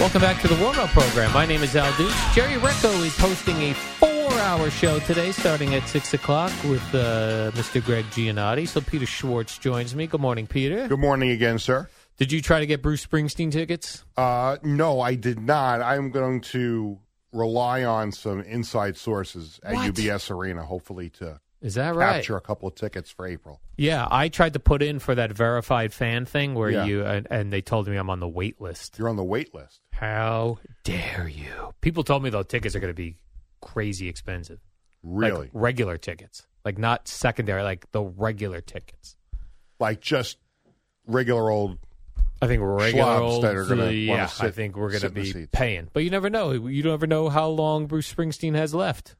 Welcome back to the warm up program. My name is Al Deuce. Jerry Recco is hosting a four hour show today, starting at 6 o'clock with uh, Mr. Greg Giannotti. So Peter Schwartz joins me. Good morning, Peter. Good morning again, sir. Did you try to get Bruce Springsteen tickets? Uh, no, I did not. I'm going to rely on some inside sources at What? UBS Arena, hopefully, to Is that right? capture a couple of tickets for April. Yeah, I tried to put in for that verified fan thing where Yeah. you, and, and they told me I'm on the wait list. You're on the wait list. How dare you? People told me, though, tickets are going to be crazy expensive. Really? Like Like, regular tickets, like not secondary, like the regular tickets. just regular old. I think regular Schlubs old, that are gonna yeah, wanna sit- I think we're going to sit in the be seats. paying. But you never know. You never know how long Bruce Springsteen has left.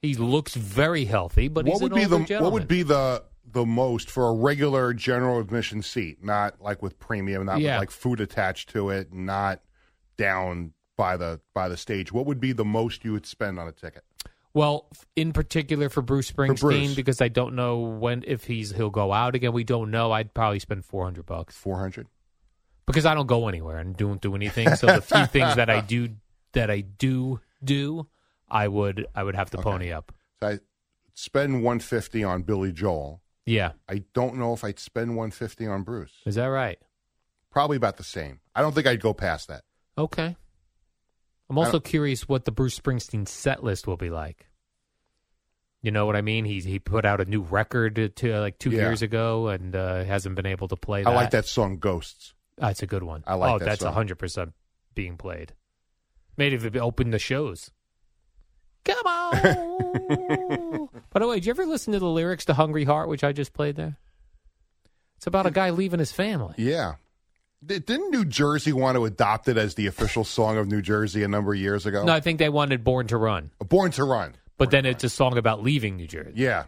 He looks very healthy, but what he's would an be older the gentleman. what would be the the most for a regular general admission seat? Not like with premium, not Yeah. with like food attached to it, not down by the by the stage. What would be the most you would spend on a ticket? well, f- in particular for Bruce Springsteen, Bruce. because I don't know when if he's he'll go out again. We don't know. I'd probably spend four hundred bucks Four hundred. because I don't go anywhere and don't do anything. So the few things that I do that I do do, I would I would have to pony up. So I spend one fifty on Billy Joel. Yeah, I don't know if I'd spend 150 on Bruce. is that right? Probably about the same. I don't think I'd go past that. Okay. I'm I also don't- curious what the Bruce Springsteen set list will be like. You know what I mean? He he put out a new record uh, to like two Yeah. years ago and uh, hasn't been able to play. That. I like that song Ghosts. That's a good one. I like Oh, that that's song. hundred percent being played. Maybe if it opened the shows. Come on. By the way, did you ever listen to the lyrics to "Hungry Heart," which I just played there? It's about a guy leaving his family. Yeah. D- didn't New Jersey want to adopt it as the official song of New Jersey a number of years ago? No, I think they wanted "Born to Run," Born to Run. but then it's a song about leaving New Jersey. Yeah.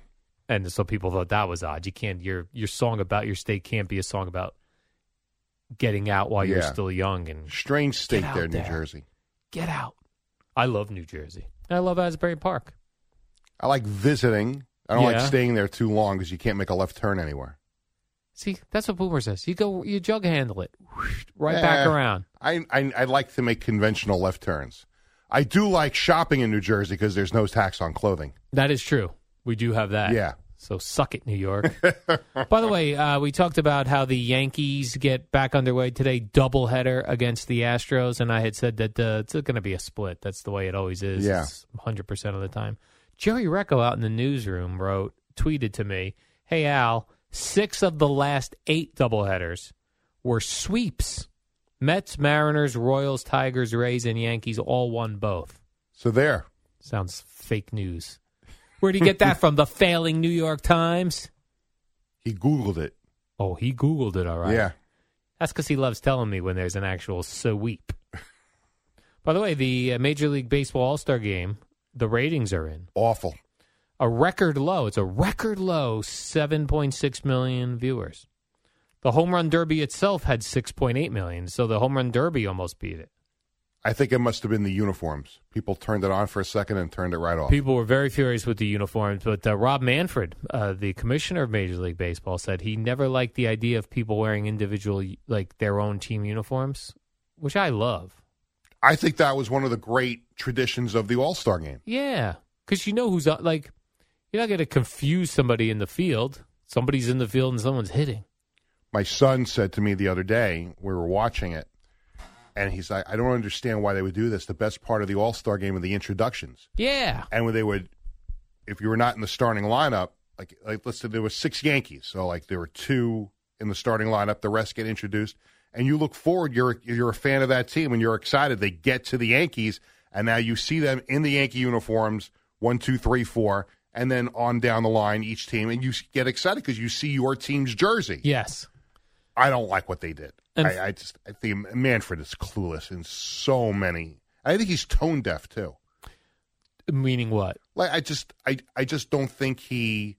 and so people thought that was odd. You can't your your song about your state can't be a song about getting out while you're Yeah. still young and Strange state out there, New there. Jersey. get out. I love New Jersey. I love Asbury Park. I like visiting. I don't Yeah. like staying there too long because you can't make a left turn anywhere. See, that's what Boomer says. You go, you jug handle it, right back Eh, around. I, I I like to make conventional left turns. I do like shopping in New Jersey because there's no tax on clothing. That is true. We do have that. Yeah. So suck it, New York. By the way, uh, we talked about how the Yankees get back underway today, doubleheader against the Astros, and I had said that uh, it's going to be a split. That's the way it always is. Yeah. hundred percent of the time. Jerry Recco out in the newsroom wrote, tweeted to me, "Hey Al, six of the last eight doubleheaders were sweeps. Mets, Mariners, Royals, Tigers, Rays, and Yankees all won both." So there. Sounds fake news. Where'd he get that from? The failing New York Times? He Googled it. Oh, he Googled it, all right. Yeah. That's because he loves telling me when there's an actual sweep. By the way, the uh, Major League Baseball All Star game, the ratings are in. Awful. A record low. It's a record low 7.6 million viewers. The Home Run Derby itself had 6.8 million, so the Home Run Derby almost beat it. I think it must have been the uniforms. People turned it on for a second and turned it right off. People were very furious with the uniforms, but uh, Rob Manfred, uh, the commissioner of Major League Baseball, said he never liked the idea of people wearing individual, like their own team uniforms, which I love. I think that was one of the great traditions of the All Star game. Yeah, because you know who's on- like, you're not going to confuse somebody in the field. Somebody's in the field and someone's hitting. My son said to me the other day, we were watching it, and he's like, I don't understand why they would do this. The best part of the All Star game are the introductions. Yeah, And when they would, if you were not in the starting lineup, like, like let's say there were six Yankees. So, like, there were two in the starting lineup, the rest get introduced. And you look forward, you're, you're a fan of that team, and you're excited. They get to the Yankees, and now you see them in the Yankee uniforms one, two, three, four, and then on down the line each team, and you s- get excited because you see your team's jersey. Yes. I don't like what they did. And- I, I just I think Manfred is clueless in so many. I think he's tone deaf too. Meaning what? Like I just I I just don't think he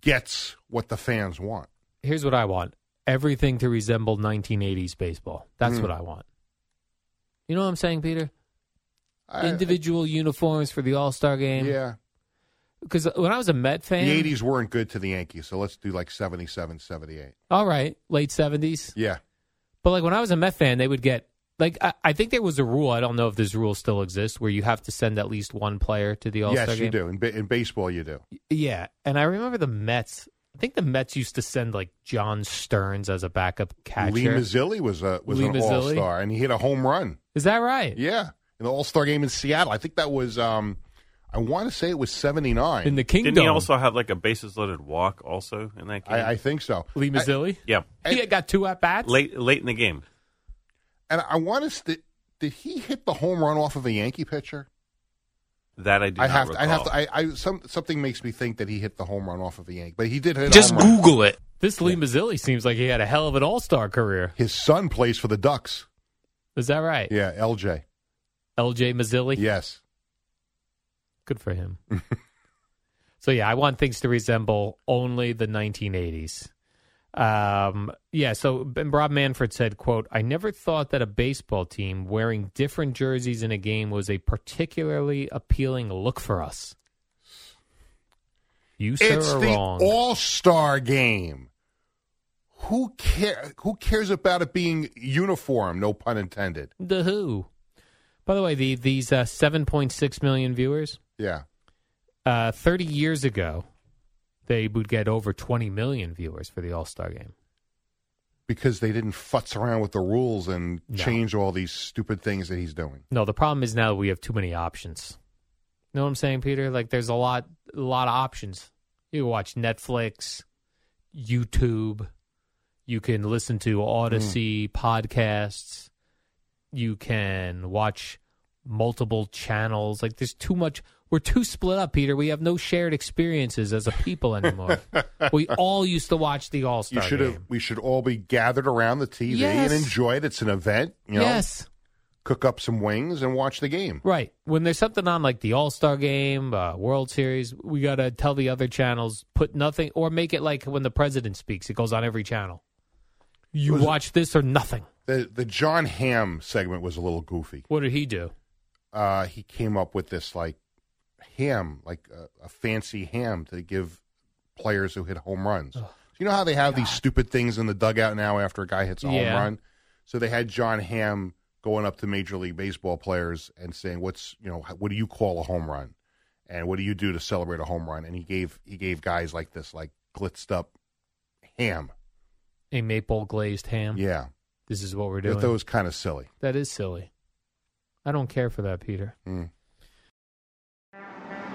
gets what the fans want. Here's what I want everything to resemble 1980s baseball. Hmm. That's what I want. You know what I'm saying, Peter? I- Individual uniforms for the All Star I- game. yeah. Because when I was a Met fan, The 80s weren't good to the Yankees, so let's do like 77, 78. all right, late 70s. Yeah. But like when I was a Met fan, they would get like I, I think there was a rule. I don't know if this rule still exists where you have to send at least one player to the All Star yes, game. you do. In, ba- in baseball, you do. Yeah, and I remember the Mets. I think the Mets used to send like John Stearns as a backup catcher. Lee Mazzilli was a was Lee an Mazzilli? all star, and he hit a home run. Is that right? Yeah, in the all star game in Seattle. I think that was. um I want to say it was seventy In nine. the Kingdom, Didn't he also have like a bases loaded walk also in that game? I, I think so. Lee Mazzilli. yeah, he had got two at bats. late late in the game. And I want to. St- did he hit the home run off of a Yankee pitcher? That I do I not have to. I have recall. to. I, I some something makes me think that he hit the home run off of a Yankee, but he did hit. a Just home run. Google it. This Lee Mazzilli seems like he had a hell of an All Star career. His son plays for the Ducks. Is that right? Yeah, LJ. L.J. Mazzilli. Yes. Good for him. so yeah, I want things to resemble only the 1980s. Um, yeah. So and Rob Manfred said, "quote I never thought that a baseball team wearing different jerseys in a game was a particularly appealing look for us." You sir it's are the wrong. All Star Game. Who care? Who cares about it being uniform? No pun intended. the who. By the way, the these uh, 7.6 million viewers. Yeah, Uh, 30 years ago, they would get over 20 million viewers for the All Star game. because they didn't futz around with the rules and No. change all these stupid things that he's doing. No, the problem is now we have too many options. You know what I'm saying, Peter? Like there's a lot a lot of options. You can watch Netflix, YouTube, you can listen to Odyssey podcasts, you can watch multiple channels. Like there's too much we're too split up, Peter. We have no shared experiences as a people anymore. we all used to watch the All You Star should have. game. We should all be gathered around the TV Yes. and enjoy it. It's an event. You know, Yes. cook up some wings and watch the game. Right. When there's something on like the All Star Game, uh, World Series, we got to tell the other channels, put nothing, or make it like when the president speaks, it goes on every channel. You Was it- watch this or nothing. The the John Hamm segment was a little goofy. What did he do? Uh, he came up with this like ham, like uh, a, a fancy ham to give players who hit home runs. you know how they have these stupid things in the dugout now after a guy hits a Yeah. home run. So they had John Hamm going up to Major League Baseball players and saying, "What's you know what do you call a home run, and what do you do to celebrate a home run?" And he gave he gave guys like this like glitzed up ham. A maple glazed ham. Yeah, This is what we're that doing. that was kind of silly. that is silly. I don't care for that, Peter. Mm.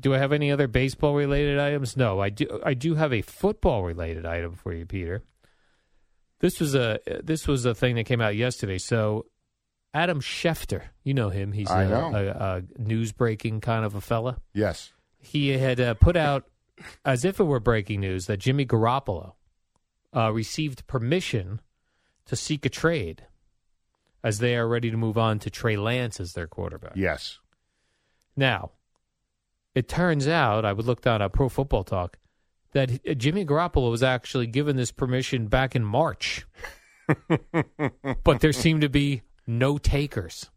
Do I have any other baseball related items? No, I do. I do have a football related item for you, Peter. This was a this was a thing that came out yesterday. So, Adam Schefter, you know him. He's a I know. a, a news breaking kind of a fella. Yes, He had uh, put out as if it were breaking news that Jimmy Garoppolo uh, received permission to seek a trade, as they are ready to move on to Trey Lance as their quarterback. yes. Now, it turns out I would look down at Pro Football Talk that uh, Jimmy Garoppolo was actually given this permission back in March, but there seemed to be no takers.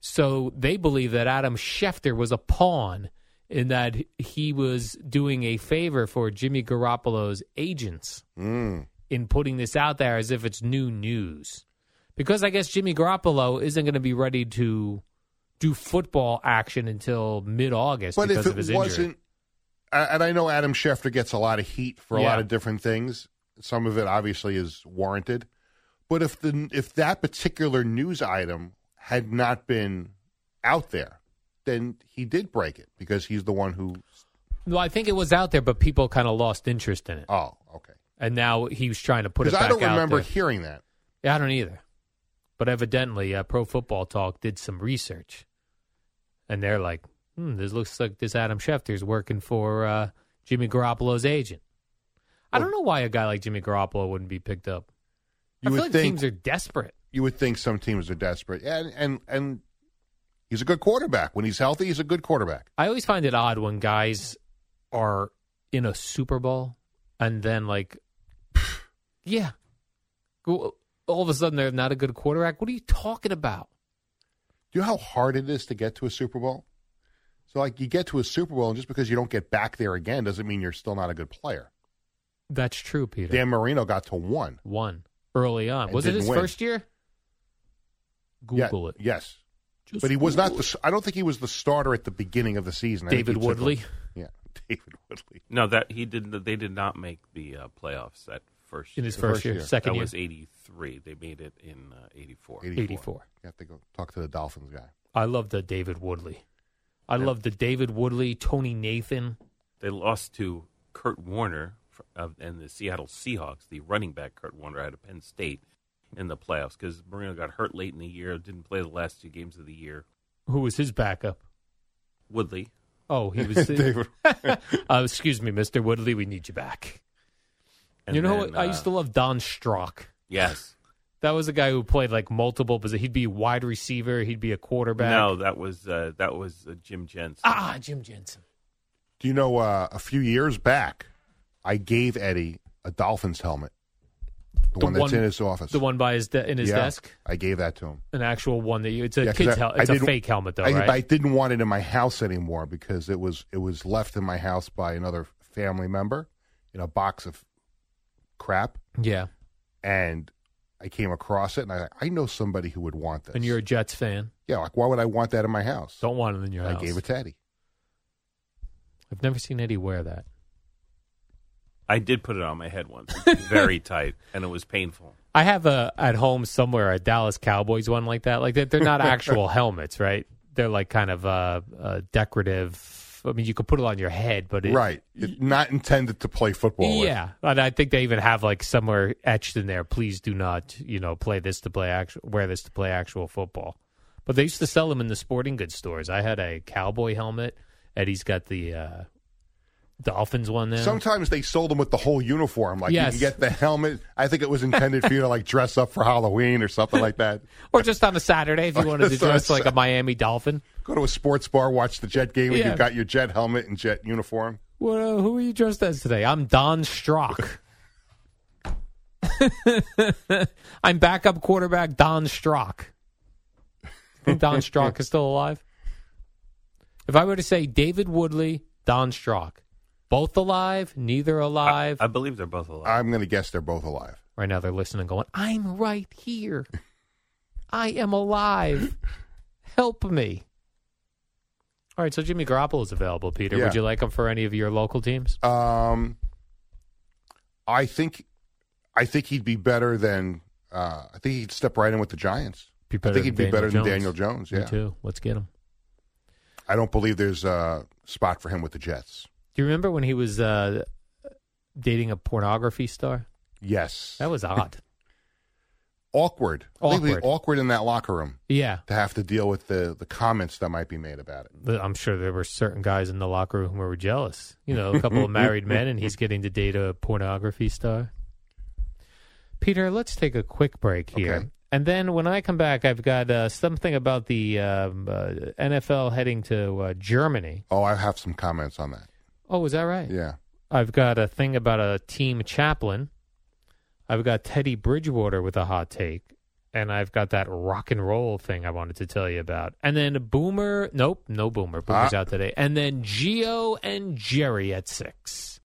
So they believe that Adam Schefter was a pawn in that he was doing a favor for Jimmy Garoppolo's agents Mm. in putting this out there as if it's new news. Because I guess Jimmy Garoppolo isn't going to be ready to do football action until mid August But because if it of his wasn't, injury. I- and I know Adam Schefter gets a lot of heat for a Yeah. lot of different things. Some of it obviously is warranted, but if the if that particular news item had not been out there, then he did break it because he's the one who. No, I think it was out there, but people kind of lost interest in it, Oh, okay. and now he was trying to put it Because back I don't out remember there. hearing that. Yeah, I don't either. But evidently, uh, Pro Football Talk did some research, and they're like, "Hmm, this looks like this Adam Schefter's working for uh, Jimmy Garoppolo's agent." I don't know why a guy like Jimmy Garoppolo wouldn't be picked up. I You feel would like think teams are desperate. you would think some teams are desperate, and and and he's a good quarterback when he's healthy. He's a good quarterback. I always find it odd when guys are in a Super Bowl and then like, yeah, go- all of a sudden they're not a good quarterback. What are you talking about? Do you know how hard it is to get to a Super Bowl? So like you get to a Super Bowl, and just because you don't get back there again doesn't mean you're still not a good player. That's true, Peter. Dan Marino got to one. One early on. And Was it didn't his win. first year? Yeah, Google it. Yes, Just but he was not. Google The, it. s- I don't think he was the starter at the beginning of the season. I think David he took Woodley? him- Yeah, David Woodley. No, that he did. They did not make the uh, playoffs that first. in his year. first, first year, year. second that year, was eighty three. They made it in uh, eighty four. 84. 84. You have to go talk to the Dolphins guy. I love the David Woodley. I Yeah. love the David Woodley, Tony Nathan. They lost to Kurt Warner fr- of, and the Seattle Seahawks. The running back Kurt Warner out of Penn State in the playoffs because Marino got hurt late in the year. Didn't play the last two games of the year. Who was his backup? Woodley. Oh, he was. David. uh, excuse me, Mister Woodley. We need you back. And you know, then, what? I used to uh, love Don Strock. Yes. That was a guy who played like multiple positions. He'd be wide receiver. He'd be a quarterback. No, that was uh, that was uh, Jim Jensen. Ah, Jim Jensen. Do you know? Uh, a few years back, I gave Eddie a Dolphins helmet, the, one that's in his office. The one by his de- in his Yeah, desk. I gave that to him. An actual one that you. It's a Yeah, 'cause kid's I- helmet. I It's a didn't- fake helmet though, I, right? I didn't want it in my house anymore because it was it was left in my house by another family member in a box of crap, yeah. and I came across it, and I I know somebody who would want this. And you're a Jets fan. yeah, like why would I want that in my house? Don't want it in your I house. gave it to Eddie. I've never seen Eddie wear that. I did put it on my head once, very tight, and it was painful. I have a at home somewhere a Dallas Cowboys one like that. Like they're, they're not actual helmets, right? They're like kind of uh, uh, decorative. I mean, you could put it on your head, but it, right, It- not intended to play football. with. yeah, and I think they even have like somewhere etched in there. Please do not, you know, play this to play actual, wear this to play actual football. But they used to sell them in the sporting goods stores. I had a cowboy helmet. Eddie's got the uh, Dolphins one now. Sometimes they sold them with the whole uniform. Like Yes. you could get the helmet. I think it was intended for you to like dress up for Halloween or something like that. or just on a Saturday if you wanted to Just on a dress like a Miami Dolphin. Go to a sports bar, watch the Jet game, and Yeah. you've got your Jet helmet and Jet uniform. What, uh, who are you dressed as today? I'm Don Strock. I'm backup quarterback Don Strock. Think Don Strock is still alive? If I were to say David Woodley, Don Strock, both alive, neither alive. Uh, I, I believe they're both alive. I'm going to guess they're both alive. right now they're listening, going, "I'm right here. I am alive. Help me." All right, so Jimmy Garoppolo is available. Peter, Yeah. would you like him for any of your local teams? Um, I think, I think he'd be better than. Uh, I think he'd step right in with the Giants. Be I better think he'd than be better Daniel than Jones. Daniel Jones. Me Yeah, too. Let's get him. I don't believe there's a spot for him with the Jets. Do you remember when he was uh, dating a pornography star? Yes, That was odd. awkward. I think it'd be Awkward. awkward in that locker room yeah. to have to deal with the the comments that might be made about it. But I'm sure there were certain guys in the locker room who were jealous. You know, a couple of married men, and he's getting to date a pornography star. Peter, let's take a quick break here. Okay. And then when I come back, I've got uh, something about the um, uh, NFL heading to uh, Germany. Oh, I have some comments on that. Oh, is that right? Yeah. I've got a thing about a team chaplain. I've got Teddy Bridgewater with a hot take. And I've got that rock and roll thing I wanted to tell you about. And then Boomer. Nope, no Boomer. Boomer's Ah. out today. And then Geo and Jerry at six.